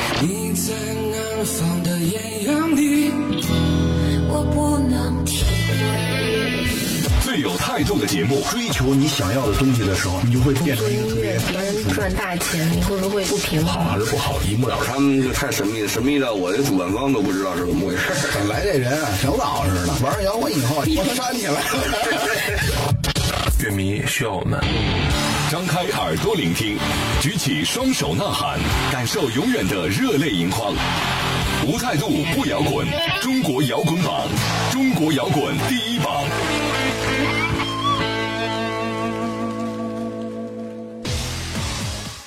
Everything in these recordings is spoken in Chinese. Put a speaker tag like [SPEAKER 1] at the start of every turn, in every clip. [SPEAKER 1] 在南方的艳阳里，
[SPEAKER 2] 我不能停。
[SPEAKER 3] 最有态度的节目，
[SPEAKER 4] 追求你想要的东西的时候，你就会变成一个特
[SPEAKER 5] 音
[SPEAKER 4] 别
[SPEAKER 5] 乐能赚大钱，你会不会不平衡？
[SPEAKER 6] 啊
[SPEAKER 4] 好还是不好，一目了然。
[SPEAKER 7] 他们就太神秘了，神秘到我的主办方都不知道是怎么回事。
[SPEAKER 4] 本来这人啊，挺老实的，玩摇滚以后，我杀你了。
[SPEAKER 8] 乐迷需要我们。
[SPEAKER 3] 张开耳朵聆听，举起双手呐喊，感受永远的热泪盈眶。无态度不摇滚，中国摇滚榜，中国摇滚第一榜。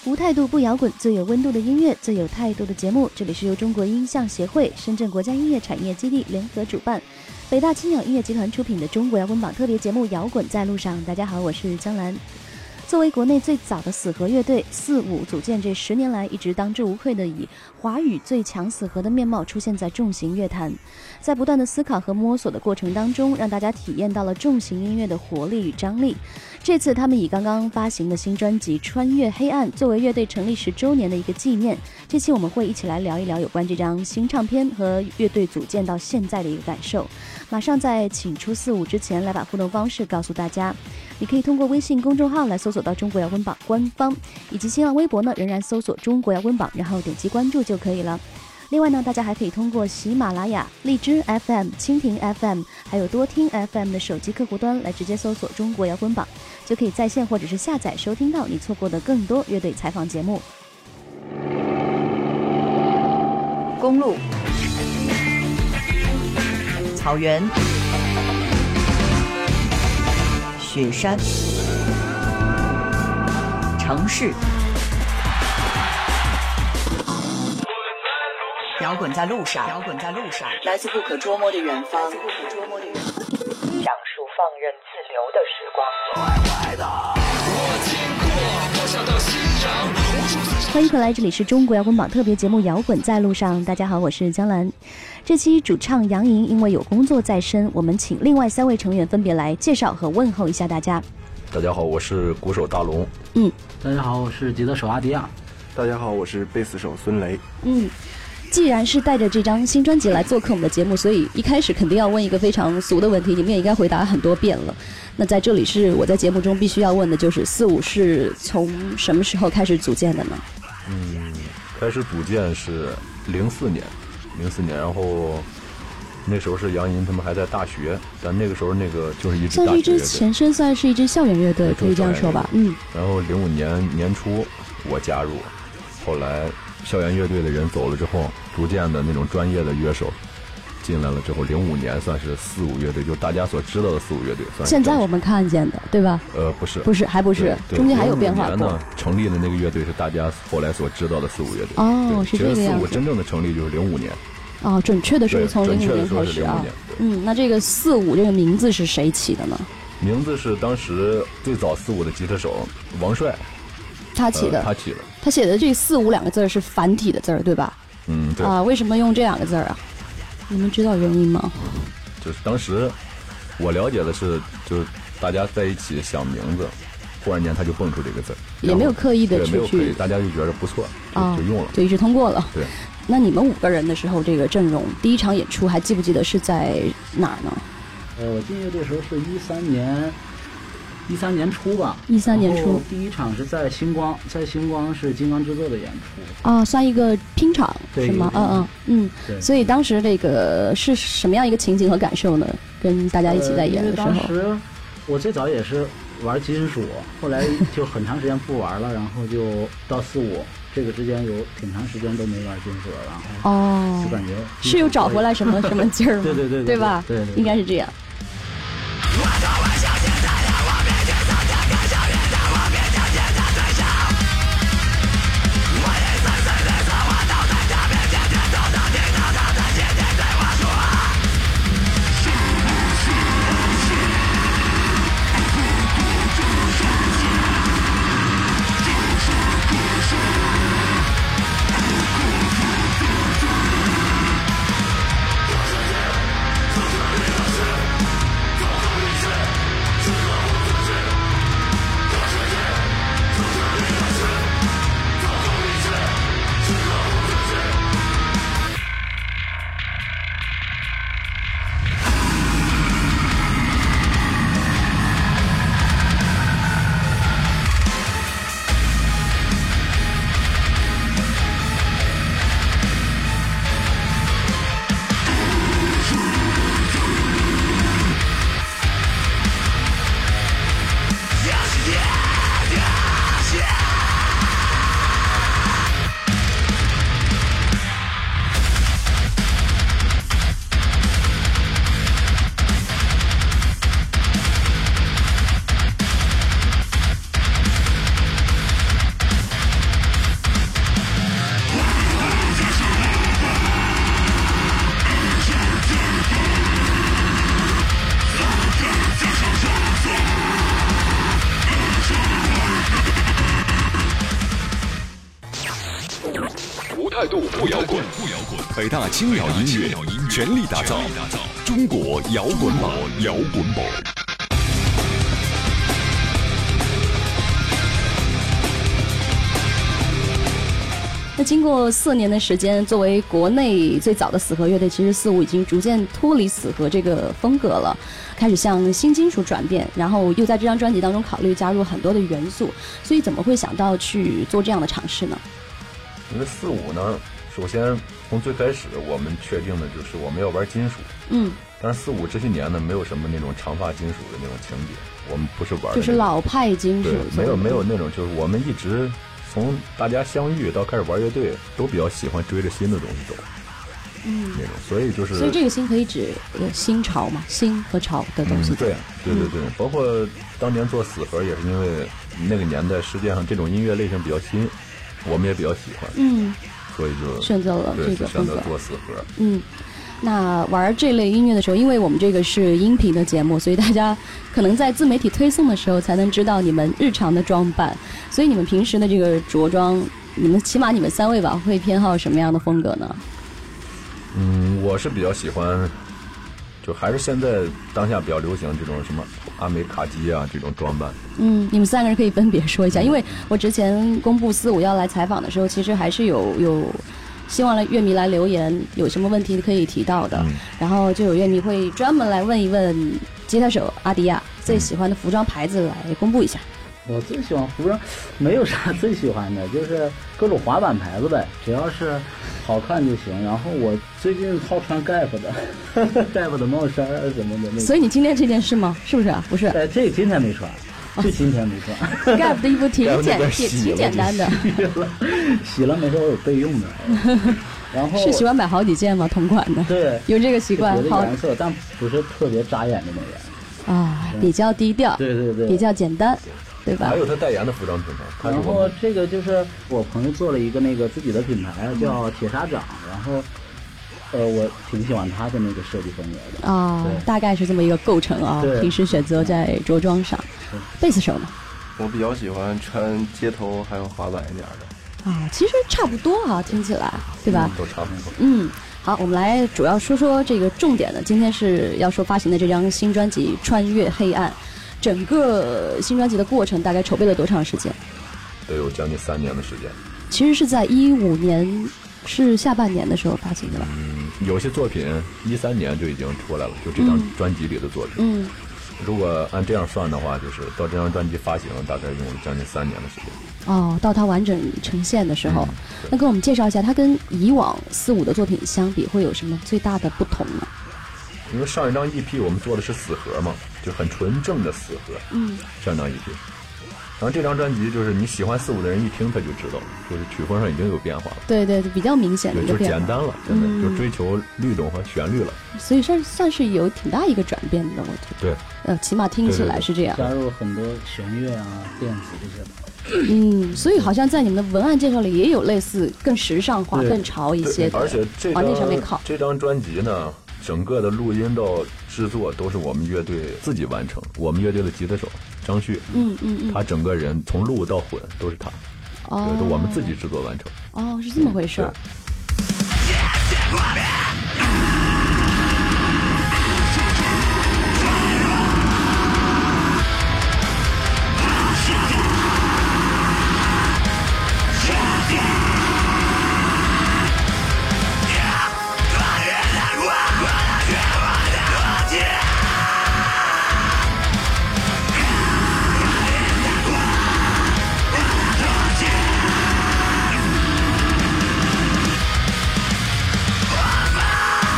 [SPEAKER 9] 无态度不摇滚，最有温度的音乐，最有态度的节目。这里是由中国音像协会、深圳国家音乐产业基地联合主办，北大青鸟音乐集团出品的中国摇滚榜特别节目《摇滚在路上》。大家好，我是江兰。作为国内最早的死核乐队，四五组建这十年来一直当之无愧的以华语最强死核的面貌出现在重型乐坛。在不断的思考和摸索的过程当中，让大家体验到了重型音乐的活力与张力。这次他们以刚刚发行的新专辑《穿越黑暗》作为乐队成立十周年的一个纪念。这期我们会一起来聊一聊有关这张新唱片和乐队组建到现在的一个感受。马上在请出四五之前，来把互动方式告诉大家。你可以通过微信公众号来搜索到中国摇滚榜官方，以及新浪微博呢仍然搜索中国摇滚榜，然后点击关注就可以了。另外呢，大家还可以通过喜马拉雅、荔枝 FM、蜻蜓 FM，还有多听 FM 的手机客户端来直接搜索“中国摇滚榜”，就可以在线或者是下载收听到你错过的更多乐队采访节目。
[SPEAKER 6] 公路、草原、雪山、城市。摇滚在路上，摇滚在路上，来自不可捉摸的远方，来自不可捉摸的远方。
[SPEAKER 10] 讲述放任自流的时光。
[SPEAKER 9] 欢迎回来，这里是中国摇滚榜特别节目《摇滚在路上》。大家好，我是江兰。这期主唱杨莹因为有工作在身，我们请另外三位成员分别来介绍和问候一下大家。
[SPEAKER 11] 大家好，我是鼓手大龙。
[SPEAKER 9] 嗯，
[SPEAKER 12] 大家好，我是吉他手阿迪啊亚。
[SPEAKER 13] 大家好，我是贝斯手孙雷。
[SPEAKER 9] 嗯，既然是带着这张新专辑来做客我们的节目，所以一开始肯定要问一个非常俗的问题，你们也应该回答很多遍了。那在这里是我在节目中必须要问的，就是四五是从什么时候开始组建的呢？
[SPEAKER 11] 嗯，开始组建是零四年，零四年，然后那时候是杨银他们还在大学，但那个时候那个就是一支
[SPEAKER 9] 算
[SPEAKER 11] 大
[SPEAKER 9] 是
[SPEAKER 11] 学
[SPEAKER 9] 一支
[SPEAKER 11] 乐队
[SPEAKER 9] 前身，算是一支校园乐队，可以这样说吧？嗯，
[SPEAKER 11] 然后零五年年初我加入，后来校园乐队的人走了之后，逐渐的那种专业的乐手进来了之后，零五年算是四五乐队，就大家所知道的四五乐队。算是
[SPEAKER 9] 现在我们看见的，对吧？
[SPEAKER 11] 呃不是
[SPEAKER 9] 不是还不是
[SPEAKER 11] 对对
[SPEAKER 9] 中间还有变化
[SPEAKER 11] 05年
[SPEAKER 9] 过
[SPEAKER 11] 呢，成立的那个乐队是大家后来所知道的四五乐队。
[SPEAKER 9] 哦
[SPEAKER 11] 对
[SPEAKER 9] 是
[SPEAKER 11] 其实
[SPEAKER 9] 这个
[SPEAKER 11] 四
[SPEAKER 9] 样
[SPEAKER 11] 五
[SPEAKER 9] 子
[SPEAKER 11] 真正的成立就是零五年。
[SPEAKER 9] 哦，准确的说是
[SPEAKER 11] 对
[SPEAKER 9] 从
[SPEAKER 11] 准
[SPEAKER 9] 零
[SPEAKER 11] 确
[SPEAKER 9] 五
[SPEAKER 11] 地
[SPEAKER 9] 年
[SPEAKER 11] 说
[SPEAKER 9] 开
[SPEAKER 11] 是
[SPEAKER 9] 始啊
[SPEAKER 11] 05年。
[SPEAKER 9] 嗯，那这个四五这个名字是谁起的呢？
[SPEAKER 11] 名字是当时最早四五的吉他手王帅
[SPEAKER 9] 他起的，
[SPEAKER 11] 呃他起的。
[SPEAKER 9] 他写的这“四五”两个字儿是繁体的字儿，对吧？
[SPEAKER 11] 嗯，对，
[SPEAKER 9] 啊，为什么用这两个字儿啊？你们知道原因吗？
[SPEAKER 11] 就是当时我了解的是，就是大家在一起想名字，忽然间他就蹦出这个字儿，
[SPEAKER 9] 也没有刻意地
[SPEAKER 11] 对
[SPEAKER 9] 去
[SPEAKER 11] 没有刻意
[SPEAKER 9] 去
[SPEAKER 11] 大家就觉得不错，就、
[SPEAKER 9] 啊，
[SPEAKER 11] 就用了。
[SPEAKER 9] 就一直通过了。
[SPEAKER 11] 对，
[SPEAKER 9] 那你们五个人的时候，这个阵容第一场演出还记不记得是在哪儿呢？
[SPEAKER 12] 呃，我进乐队的时候是一三年，一三年初吧。
[SPEAKER 9] 13年初
[SPEAKER 12] 然后第一场是在星光，在星光是金刚之作的演出。
[SPEAKER 9] 啊，算一个拼场
[SPEAKER 12] 对
[SPEAKER 9] 是吗？
[SPEAKER 12] 一个拼
[SPEAKER 9] 嗯
[SPEAKER 12] 场
[SPEAKER 9] 嗯嗯。
[SPEAKER 12] 对
[SPEAKER 9] 所以当时这个是什么样一个情景和感受呢？跟大家一起在演的时
[SPEAKER 12] 呃因为当
[SPEAKER 9] 候，
[SPEAKER 12] 时我最早也是玩金属，后来就很长时间不玩了，然后就到四五这个之间有挺长时间都没玩金属了，然后
[SPEAKER 9] 哦
[SPEAKER 12] 就感觉
[SPEAKER 9] 是有找回来什么什么劲儿吗？
[SPEAKER 12] 对对对对
[SPEAKER 9] 对吧？
[SPEAKER 12] 对对对
[SPEAKER 9] 应该是这样。
[SPEAKER 1] 我
[SPEAKER 3] 态度不摇滚，北大青鸟音乐全力打造中国摇滚榜，摇滚榜。
[SPEAKER 9] 那经过四年的时间，作为国内最早的死核乐队，其实四五已经逐渐脱离死核这个风格了，开始向新金属转变，然后又在这张专辑当中考虑加入很多的元素，所以怎么会想到去做这样的尝试呢？
[SPEAKER 11] 因为四五呢，首先从最开始我们确定的就是我们要玩金属，
[SPEAKER 9] 嗯，
[SPEAKER 11] 但是四五这些年呢，没有什么那种长发金属的那种情节，我们不是玩的那种，
[SPEAKER 12] 啊
[SPEAKER 9] 就是老派金属
[SPEAKER 11] 对，， 没有没有
[SPEAKER 9] 那
[SPEAKER 11] 那种就是我们一直从大家相遇到开始玩乐队，都比较喜欢追着新的东西走
[SPEAKER 9] 嗯
[SPEAKER 11] 那，种，所以就是
[SPEAKER 9] 所以这个新可以指呃新潮嘛，新和潮的东西。
[SPEAKER 11] 嗯、对对对对，包括当年做死核也是因为那个年代世界上这种音乐类型比较新，我们也比较喜欢，
[SPEAKER 9] 嗯
[SPEAKER 11] 所以就
[SPEAKER 9] 选择了
[SPEAKER 11] 对
[SPEAKER 9] 这个
[SPEAKER 11] 就选
[SPEAKER 9] 风
[SPEAKER 11] 择
[SPEAKER 9] 格
[SPEAKER 11] 做死核。
[SPEAKER 9] 嗯，那玩这类音乐的时候，因为我们这个是音频的节目，所以大家可能在自媒体推送的时候才能知道你们日常的装扮。所以你们平时的这个着装，你们起码你们三位吧，会偏好什么样的风格呢？
[SPEAKER 11] 嗯，我是比较喜欢，就还是现在当下比较流行这种什么阿美卡基啊这种装扮。
[SPEAKER 9] 嗯，你们三个人可以分别说一下，因为我之前公布四五要来采访的时候，其实还是有有希望来乐迷来留言，有什么问题可以提到的。然后就有乐迷会专门来问一问吉他手阿迪亚最喜欢的服装牌子，来公布一下。
[SPEAKER 12] 我最喜欢服装，没有啥 最喜欢的，就是各种滑板牌子呗，只要是好看就行。然后我最近好穿 Gap 的 ，Gap 的帽衫啊什么的那种。
[SPEAKER 9] 所以你今天这件事吗？是不是、啊？不是
[SPEAKER 12] 呃，这今天没穿，这今天没穿。
[SPEAKER 9] ，Gap 的衣服挺
[SPEAKER 12] Gap 那
[SPEAKER 9] 简
[SPEAKER 12] 边
[SPEAKER 9] 挺
[SPEAKER 12] 洗
[SPEAKER 9] 挺
[SPEAKER 12] 了
[SPEAKER 9] 简
[SPEAKER 12] 就
[SPEAKER 9] 单的，
[SPEAKER 12] 洗了没事，我有备用的。然后
[SPEAKER 9] 是喜欢买好几件吗？同款的，
[SPEAKER 12] 对
[SPEAKER 9] 有这个习惯
[SPEAKER 12] 别，的
[SPEAKER 9] 好
[SPEAKER 12] 颜色，但不是特别扎眼的那种。
[SPEAKER 9] 啊，比较低调，
[SPEAKER 12] 对对对
[SPEAKER 9] 比较简单，对吧？
[SPEAKER 11] 还有他代言的服装品牌，他是
[SPEAKER 12] 然
[SPEAKER 11] 我
[SPEAKER 12] 后
[SPEAKER 11] 们
[SPEAKER 12] 这个就是嗯我朋友做了一个那个自己的品牌叫铁砂掌，然后呃我挺喜欢他的那个设计风格的。
[SPEAKER 9] 啊、大概是这么一个构成啊。
[SPEAKER 13] 对
[SPEAKER 9] 平时选择在着装上，贝斯手呢？
[SPEAKER 13] 我比较喜欢穿街头还有滑板一点的，
[SPEAKER 9] 啊，其实差不多啊，听起来，对吧？
[SPEAKER 11] 都差不多。
[SPEAKER 9] 嗯，好，我们来主要说说这个重点的，今天是要说发行的这张新专辑《穿越黑暗》，整个新专辑的过程大概筹备了多长时间？
[SPEAKER 11] 都有将近三年的时间。
[SPEAKER 9] 其实是在一五年，是下半年的时候发行的吧？
[SPEAKER 11] 嗯，有些作品一三年就已经出来了，就这张
[SPEAKER 9] 嗯
[SPEAKER 11] 专辑里的作品。
[SPEAKER 9] 嗯，
[SPEAKER 11] 如果按这样算的话，就是到这张专辑发行大概用了将近三年的时间。
[SPEAKER 9] 哦，到它完整呈现的时候，那给我们介绍一下，它跟以往四五的作品相比，会有什么最大的不同呢？
[SPEAKER 11] 因为上一张 EP 我们做的是死核嘛，就很纯正的死核。
[SPEAKER 9] 嗯，
[SPEAKER 11] 上张 EP。然后这张专辑就是你喜欢四五的人一听他就知道，就是曲风上已经有变化了，
[SPEAKER 9] 对对，比较明显的
[SPEAKER 11] 对，
[SPEAKER 9] 一个
[SPEAKER 11] 就
[SPEAKER 9] 变
[SPEAKER 11] 简
[SPEAKER 9] 化，
[SPEAKER 11] 单了，真的、
[SPEAKER 9] 嗯
[SPEAKER 11] 就追求律动和旋律了。
[SPEAKER 9] 所以算算是有挺大一个转变的，我觉得。
[SPEAKER 11] 对，
[SPEAKER 9] 呃，起码听起来是这样。
[SPEAKER 12] 加入很多弦乐啊、电子这些。
[SPEAKER 9] 嗯，所以好像在你们的文案介绍里也有类似更时尚化、
[SPEAKER 11] 对
[SPEAKER 9] 更潮一
[SPEAKER 11] 对
[SPEAKER 9] 些的，
[SPEAKER 11] 而且这
[SPEAKER 9] 往
[SPEAKER 11] 张
[SPEAKER 9] 那上面靠。
[SPEAKER 11] 这张专辑呢，整个的录音到制作都是我们乐队自己完成，我们乐队的吉他手张旭，
[SPEAKER 9] 嗯嗯嗯
[SPEAKER 11] 他整个人从录到混都是他，
[SPEAKER 9] 哦
[SPEAKER 11] 对，都我们自己制作完成。
[SPEAKER 9] 哦，是这么回事儿。
[SPEAKER 14] Yeah.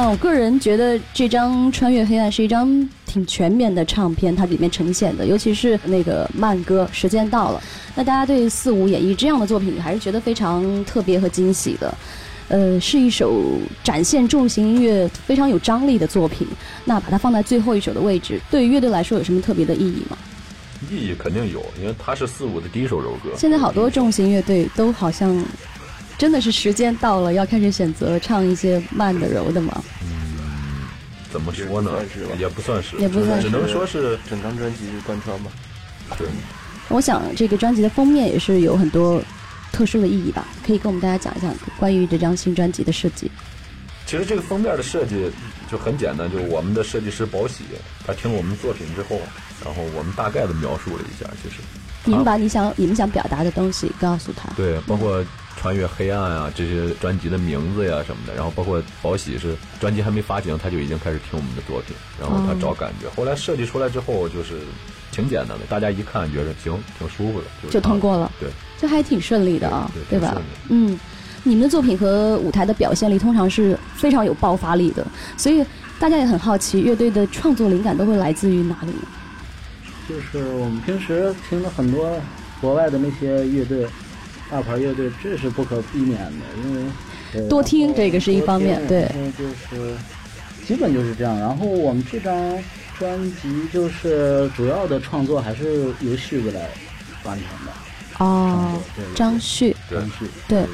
[SPEAKER 9] 嗯，我个人觉得这张《穿越黑暗》是一张挺全面的唱片，它里面呈现的，尤其是那个慢歌《时间到了》，那大家对四五演绎这样的作品还是觉得非常特别和惊喜的。呃，是一首展现重型音乐非常有张力的作品。那把它放在最后一首的位置，对于乐队来说有什么特别的意义吗？
[SPEAKER 11] 意义肯定有，因为它是四五的第一首柔歌。
[SPEAKER 9] 现在好多重型乐队都好像真的是时间到了，要开始选择唱一些慢的、柔的嘛。
[SPEAKER 11] 怎么说呢？也不算是，
[SPEAKER 9] 也不算是
[SPEAKER 11] 只能说是
[SPEAKER 13] 整张专辑是贯穿吧。
[SPEAKER 11] 对，
[SPEAKER 9] 我想这个专辑的封面也是有很多特殊的意义吧，可以跟我们大家讲一讲关于这张新专辑的设计。
[SPEAKER 11] 其实这个封面的设计就很简单，就是我们的设计师宝喜，他听了我们作品之后，然后我们大概的描述了一下，其实
[SPEAKER 9] 你们把你想、你们想表达的东西告诉他。
[SPEAKER 11] 对，包括穿越黑暗啊这些专辑的名字呀、什么的，然后包括宝喜是专辑还没发行，他就已经开始听我们的作品，然后
[SPEAKER 9] 嗯
[SPEAKER 11] 他找感觉，后来设计出来之后就是挺简单的，大家一看觉得行，挺舒服的，就是
[SPEAKER 9] 就通过了
[SPEAKER 11] 对，
[SPEAKER 9] 这还挺顺利的啊，
[SPEAKER 11] 对
[SPEAKER 9] 吧
[SPEAKER 11] 挺顺利？
[SPEAKER 9] 嗯，你们的作品和舞台的表现力通常是非常有爆发力的，所以大家也很好奇，乐队的创作灵感都会来自于哪里呢？
[SPEAKER 12] 就是我们平时听了很多国外的那些乐队，大牌乐队，这是不可避免的，因为呃
[SPEAKER 9] 多听
[SPEAKER 12] 然后
[SPEAKER 9] 这个是一方面
[SPEAKER 12] 多听
[SPEAKER 9] 对
[SPEAKER 12] 然后就是基本就是这样。然后我们这张专辑就是主要的创作还是由旭子来完成的。
[SPEAKER 9] 哦，张旭，
[SPEAKER 12] 张旭，
[SPEAKER 9] 对，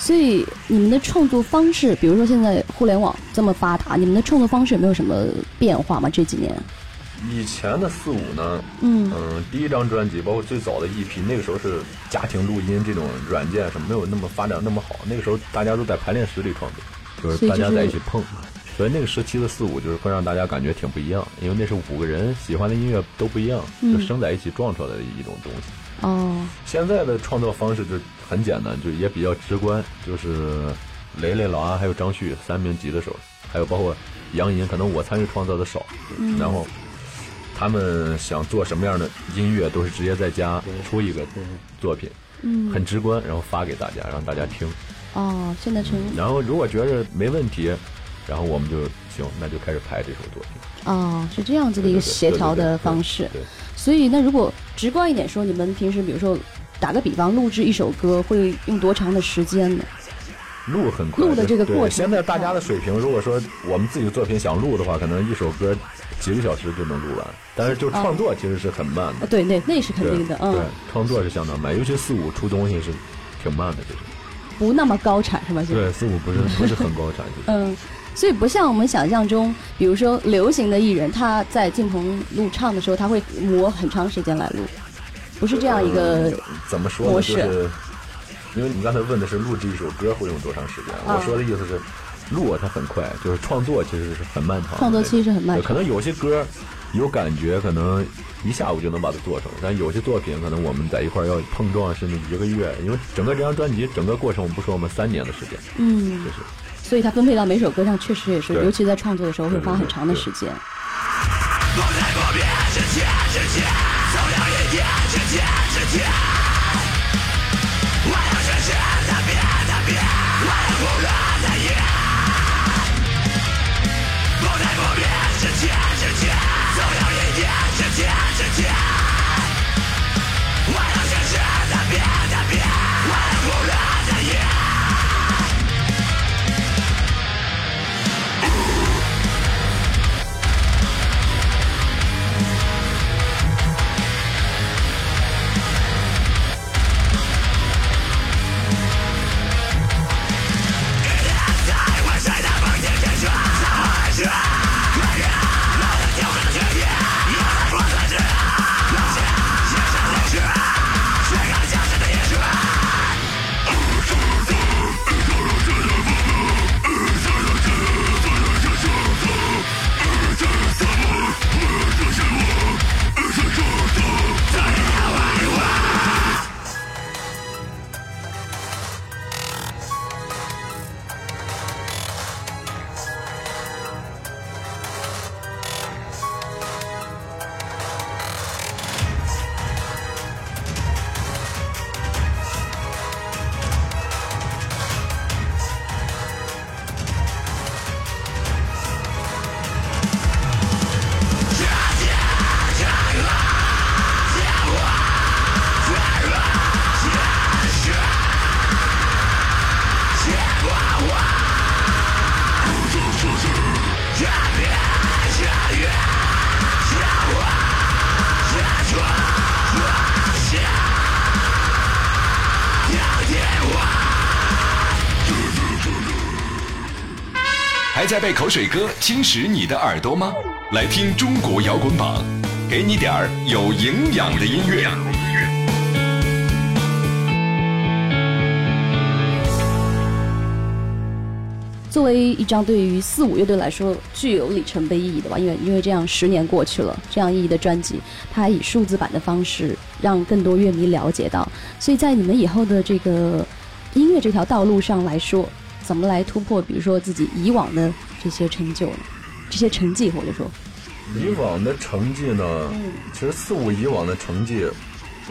[SPEAKER 9] 所以你们的创作方式，比如说现在互联网这么发达，你们的创作方式有没有什么变化吗？这几年？
[SPEAKER 11] 以前的四五呢，
[SPEAKER 9] 嗯
[SPEAKER 11] 第一张专辑包括最早的一批，那个时候是家庭录音这种软件什么没有那么发展那么好，那个时候大家都在排练室里创作，就是大家在一起碰，所以那个时期的四五就是会让大家感觉挺不一样，因为那是五个人喜欢的音乐都不一样，
[SPEAKER 9] 嗯
[SPEAKER 11] 就生在一起撞出来的一种东西。
[SPEAKER 9] 哦，
[SPEAKER 11] 现在的创作方式就很简单，就也比较直观，就是雷雷、老安还有张旭三名吉他手，还有包括杨银，可能我参与创作的少，
[SPEAKER 15] 嗯
[SPEAKER 11] 然后他们想做什么样的音乐，都是直接在家出一个作品，
[SPEAKER 9] 嗯
[SPEAKER 11] 很直观，然后发给大家，让大家听。
[SPEAKER 9] 哦，现在成
[SPEAKER 11] 然后如果觉着没问题，然后我们就行，那就开始排这首作品。
[SPEAKER 9] 哦，是这样子的一个协调的方式。
[SPEAKER 11] 对，
[SPEAKER 9] 所以，那如果直观一点说，你们平时比如说打个比方，录制一首歌会用多长的时间呢？
[SPEAKER 11] 录很快，
[SPEAKER 9] 录的这个
[SPEAKER 11] 对
[SPEAKER 9] 过程
[SPEAKER 11] 现在大家的水平，如果说我们自己的作品想录的话，可能一首歌几个小时就能录完，但是就创作其实是很慢
[SPEAKER 9] 啊，。
[SPEAKER 11] 的
[SPEAKER 9] 对，那那是肯
[SPEAKER 11] 对
[SPEAKER 9] 定的，嗯
[SPEAKER 11] 对，，创作是相当慢，尤其四五出东西是挺慢的，就是。
[SPEAKER 9] 不那么高产是吧？现在
[SPEAKER 11] 对，四五不是不是很高产，就是。
[SPEAKER 9] 嗯，所以不像我们想象中，比如说流行的艺人，他在进棚录唱的时候，他会磨很长时间来录，不是这样一个
[SPEAKER 11] 嗯怎么说呢？
[SPEAKER 9] 模
[SPEAKER 11] 就
[SPEAKER 9] 式
[SPEAKER 11] 是因为你刚才问的是录制一首歌会用多长时间，
[SPEAKER 9] 啊
[SPEAKER 11] 我说的意思是，录啊它很快，就是创作其实是很漫长的那种。
[SPEAKER 9] 创作期是很漫
[SPEAKER 11] 对
[SPEAKER 9] 长
[SPEAKER 11] 可能有些歌有感觉，可能一下午就能把它做成，但有些作品可能我们在一块儿要碰撞，甚至一个月，因为整个这张专辑整个过程，我们不说我们三年的时间，
[SPEAKER 9] 嗯
[SPEAKER 11] 就，是
[SPEAKER 9] 所以他分配到每首歌上，确实也是，
[SPEAKER 11] 对
[SPEAKER 9] 尤其在创作的时候会花很长的时间。
[SPEAKER 15] 我
[SPEAKER 3] 在被口水歌侵蚀你的耳朵吗？来听中国摇滚榜，给你点儿有营养的音乐。
[SPEAKER 9] 作为一张对于四五乐队来说具有里程碑意义的吧，因为因为这样十年过去了，这样意义的专辑，它以数字版的方式让更多乐迷了解到，所以在你们以后的这个音乐这条道路上来说，怎么来突破，比如说自己以往的这些成就呢，这些成绩或者说，
[SPEAKER 11] 以往的成绩呢，其实四五以往的成绩，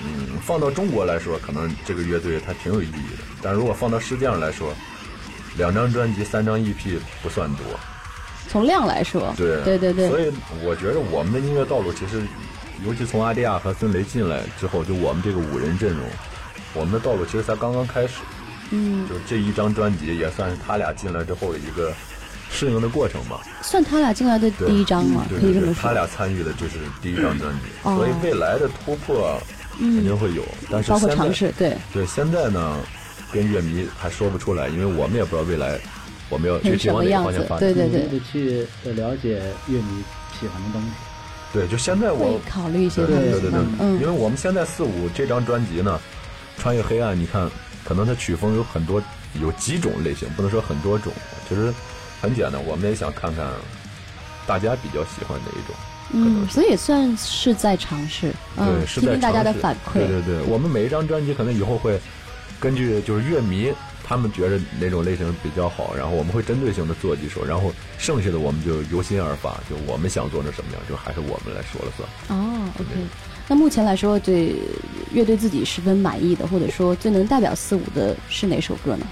[SPEAKER 11] 嗯，放到中国来说，可能这个乐队它挺有意义的，但如果放到世界上来说，两张专辑、三张 EP 不算多。
[SPEAKER 9] 从量来说，
[SPEAKER 11] 对啊
[SPEAKER 9] 对对对，
[SPEAKER 11] 所以我觉得我们的音乐道路其实，尤其从阿迪亚和孙雷进来之后，就我们这个五人阵容，我们的道路其实才刚刚开始。
[SPEAKER 9] 嗯，
[SPEAKER 11] 就这一张专辑也算是他俩进来之后的一个适应的过程吧。
[SPEAKER 9] 算他俩进来的
[SPEAKER 11] 对
[SPEAKER 9] 第一张嘛，
[SPEAKER 11] 对
[SPEAKER 9] 啊可以
[SPEAKER 11] 对
[SPEAKER 9] 这么
[SPEAKER 11] 对，
[SPEAKER 9] 说
[SPEAKER 11] 他。俩参与的就是第一张专辑，
[SPEAKER 9] 嗯
[SPEAKER 11] 所以未来的突破肯定会有，但是
[SPEAKER 9] 包括
[SPEAKER 11] 现在
[SPEAKER 9] 尝试，对，
[SPEAKER 11] 对，现在呢，跟乐迷还说不出来，因为我们也不知道未来我们要具体往哪个方向发展。
[SPEAKER 12] 你得去呃了解乐迷喜欢的东西。
[SPEAKER 11] 对，就现在我
[SPEAKER 9] 会考虑一些
[SPEAKER 11] 对
[SPEAKER 9] 东西
[SPEAKER 11] 对对对
[SPEAKER 9] 吗，嗯
[SPEAKER 11] 因为我们现在四五这张专辑呢，《穿越黑暗》，你看，可能它曲风有很多，有几种类型，不能说很多种，其实很简单，我们也想看看大家比较喜欢哪一种。
[SPEAKER 9] 嗯，所以也算是在尝试，嗯
[SPEAKER 11] 对，，是
[SPEAKER 9] 听
[SPEAKER 11] 在
[SPEAKER 9] 听大家的
[SPEAKER 11] 尝试
[SPEAKER 9] 反馈，
[SPEAKER 11] 对对对，我们每一张专辑可能以后会根据就是乐迷他们觉得哪种类型比较好，然后我们会针对性的做几首，然后剩下的我们就由心而发，就我们想做成什么样，就还是我们来说了算。
[SPEAKER 9] 哦，OK。那目前来说，对乐队自己十分满意的，或者说最能代表四五的是哪首歌呢？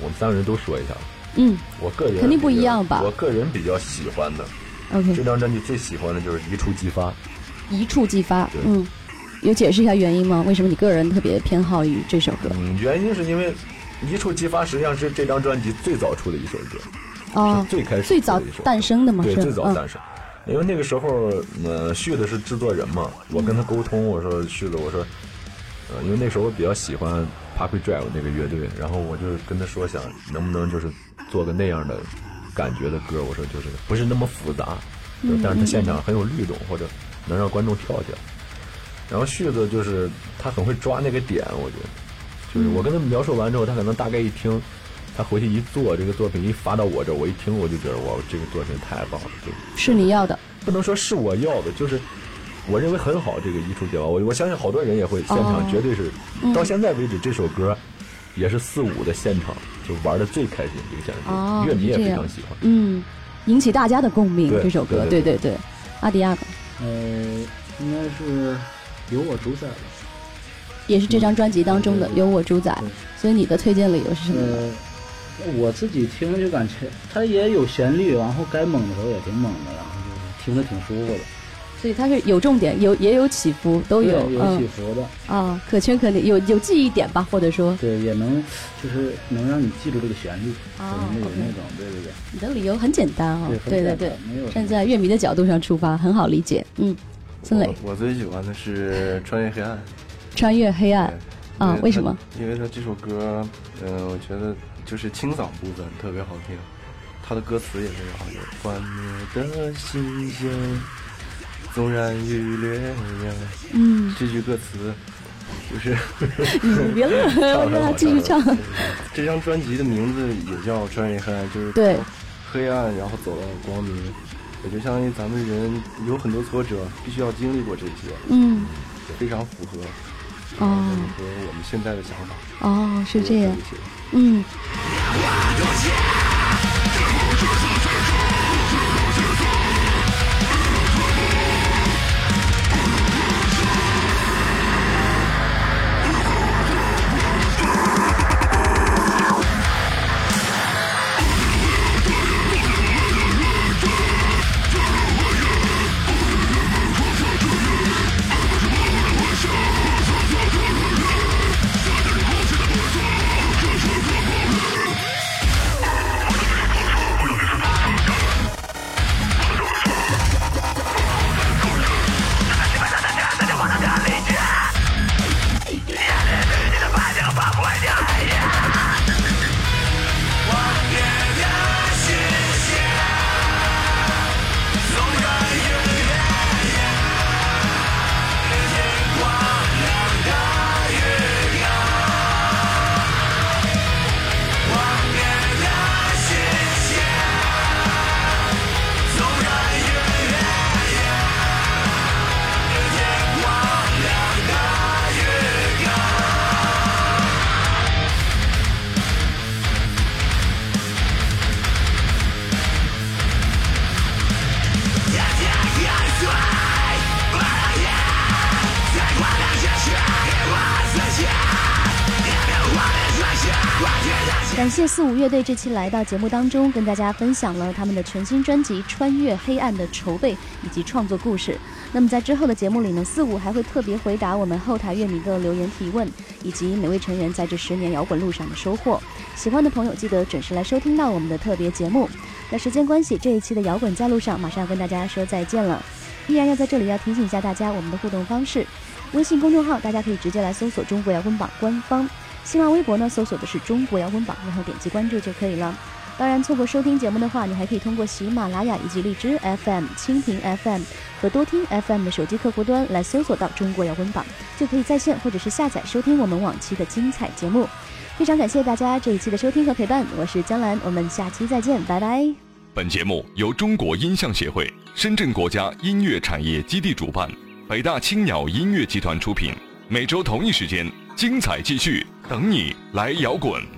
[SPEAKER 11] 我们三个人都说一下，
[SPEAKER 9] 嗯
[SPEAKER 11] 我个人比较
[SPEAKER 9] 肯定不一样吧
[SPEAKER 11] 我个人比较喜欢的这
[SPEAKER 9] ，OK，
[SPEAKER 11] 张专辑最喜欢的就是《一触即发》，
[SPEAKER 9] 一触即发，嗯，有解释一下原因吗？为什么你个人特别偏好于这首歌？
[SPEAKER 11] 嗯，原因是因为《一触即发》实际上是这张专辑最早出的一首歌，
[SPEAKER 9] 哦
[SPEAKER 11] 是最开始
[SPEAKER 9] 最早
[SPEAKER 11] 出的一首歌
[SPEAKER 9] 诞生的嘛，
[SPEAKER 11] 对，
[SPEAKER 9] 是
[SPEAKER 11] 最早
[SPEAKER 9] 嗯
[SPEAKER 11] 诞生。因为那个时候，呃，旭的是制作人嘛，我跟他沟通，我说旭子，我说，呃，因为那时候我比较喜欢 Parkway Drive 那个乐队，然后我就跟他说想能不能就是做个那样的感觉的歌，我说就是不是那么复杂，就
[SPEAKER 3] 嗯
[SPEAKER 11] 但是他
[SPEAKER 3] 嗯
[SPEAKER 11] 现场很有律动或者能让观众跳起来。然后旭子就是他很会抓那个点，我觉得，
[SPEAKER 9] 嗯
[SPEAKER 11] 就是我跟他描述完之后，他可能大概一听，他回去一做这个作品一发到我这儿，我一听我就觉得哇，这个作品太棒了，就是
[SPEAKER 9] 你要的，
[SPEAKER 11] 不能说是我要的，就是我认为很好这个一触即发。我我相信好多人也会现
[SPEAKER 9] 哦
[SPEAKER 11] 场，绝对是、
[SPEAKER 9] 嗯
[SPEAKER 11] 到现在为止这首歌也是四五的现场就玩的最开心的一个现场，
[SPEAKER 9] 哦，
[SPEAKER 11] 乐迷也
[SPEAKER 9] 是这
[SPEAKER 11] 非
[SPEAKER 9] 样
[SPEAKER 11] 常喜欢。
[SPEAKER 9] 嗯，引起大家的共鸣
[SPEAKER 11] 对
[SPEAKER 9] 这首歌，对
[SPEAKER 11] 对对
[SPEAKER 9] 对，阿迪亚
[SPEAKER 12] 呃，应该是由我主宰吧。
[SPEAKER 9] 也是这张专辑当中的《有我主宰》，
[SPEAKER 11] 嗯
[SPEAKER 9] 所以你的推荐理由是什么呢？
[SPEAKER 12] 呃，我自己听就感觉它也有旋律，然后该猛的时候也挺猛的，然后就是听着挺舒服的，
[SPEAKER 9] 所以它是有重点，有也有起伏，都有，
[SPEAKER 12] 对有
[SPEAKER 9] 嗯
[SPEAKER 12] 起伏的，
[SPEAKER 9] 啊，可圈可点，有有记忆点吧，或者说
[SPEAKER 12] 对，也能就是能让你记住这个旋律，
[SPEAKER 9] 哦
[SPEAKER 12] 就是那种
[SPEAKER 9] OK
[SPEAKER 12] 那种，对对对。
[SPEAKER 9] 你的理由很简单哦，对
[SPEAKER 12] 对
[SPEAKER 9] 对
[SPEAKER 12] 很简单
[SPEAKER 9] 对
[SPEAKER 12] 没有什么
[SPEAKER 9] 站在乐迷的角度上出发，很好理解。嗯，孙
[SPEAKER 12] 哦
[SPEAKER 9] 磊，
[SPEAKER 13] 我最喜欢的是《穿越黑暗》
[SPEAKER 9] 穿越黑暗
[SPEAKER 13] 因
[SPEAKER 9] 啊，
[SPEAKER 13] 它
[SPEAKER 9] 为什么？？
[SPEAKER 13] 因为他这首歌，嗯、我觉得就是清嗓部分特别好听，他的歌词也特别好听。幻灭的星星，纵然与烈阳。
[SPEAKER 9] 嗯，
[SPEAKER 13] 这句歌词就是
[SPEAKER 9] 你别 乐， 我让他继续唱。
[SPEAKER 13] 这张专辑的名字也叫《穿越黑暗》，就是
[SPEAKER 9] 对
[SPEAKER 13] 从黑暗，然后走到光明，也就相当于咱们人有很多挫折，必须要经历过这些，
[SPEAKER 9] 嗯，
[SPEAKER 13] 非常符合，
[SPEAKER 9] 哦
[SPEAKER 13] 嗯，符合我们现在的想法。
[SPEAKER 9] 哦，是这样
[SPEAKER 13] 我特别喜欢，
[SPEAKER 9] 嗯。
[SPEAKER 16] 我
[SPEAKER 9] 感谢四五乐队这期来到节目当中，跟大家分享了他们的全新专辑《穿越黑暗》的筹备以及创作故事。那么在之后的节目里呢，四五还会特别回答我们后台乐迷的留言提问，以及每位成员在这十年摇滚路上的收获。喜欢的朋友记得准时来收听到我们的特别节目。那时间关系，这一期的摇滚在路上马上要跟大家说再见了。依然要在这里要提醒一下大家我们的互动方式，微信公众号大家可以直接来搜索“中国摇滚榜”官方。新浪微博呢，搜索的是中国摇滚榜，然后点击关注就可以了。当然，错过收听节目的话，你还可以通过喜马拉雅以及荔枝 FM、蜻蜓 FM 和多听 FM 的手机客户端来搜索到中国摇滚榜，就可以在线或者是下载收听我们往期的精彩节目。非常感谢大家这一期的收听和陪伴，我是江兰，我们下期再见，拜拜。
[SPEAKER 3] 本节目由中国音像协会、深圳国家音乐产业基地主办，北大青鸟音乐集团出品。每周同一时间，精彩继续，等你来摇滚。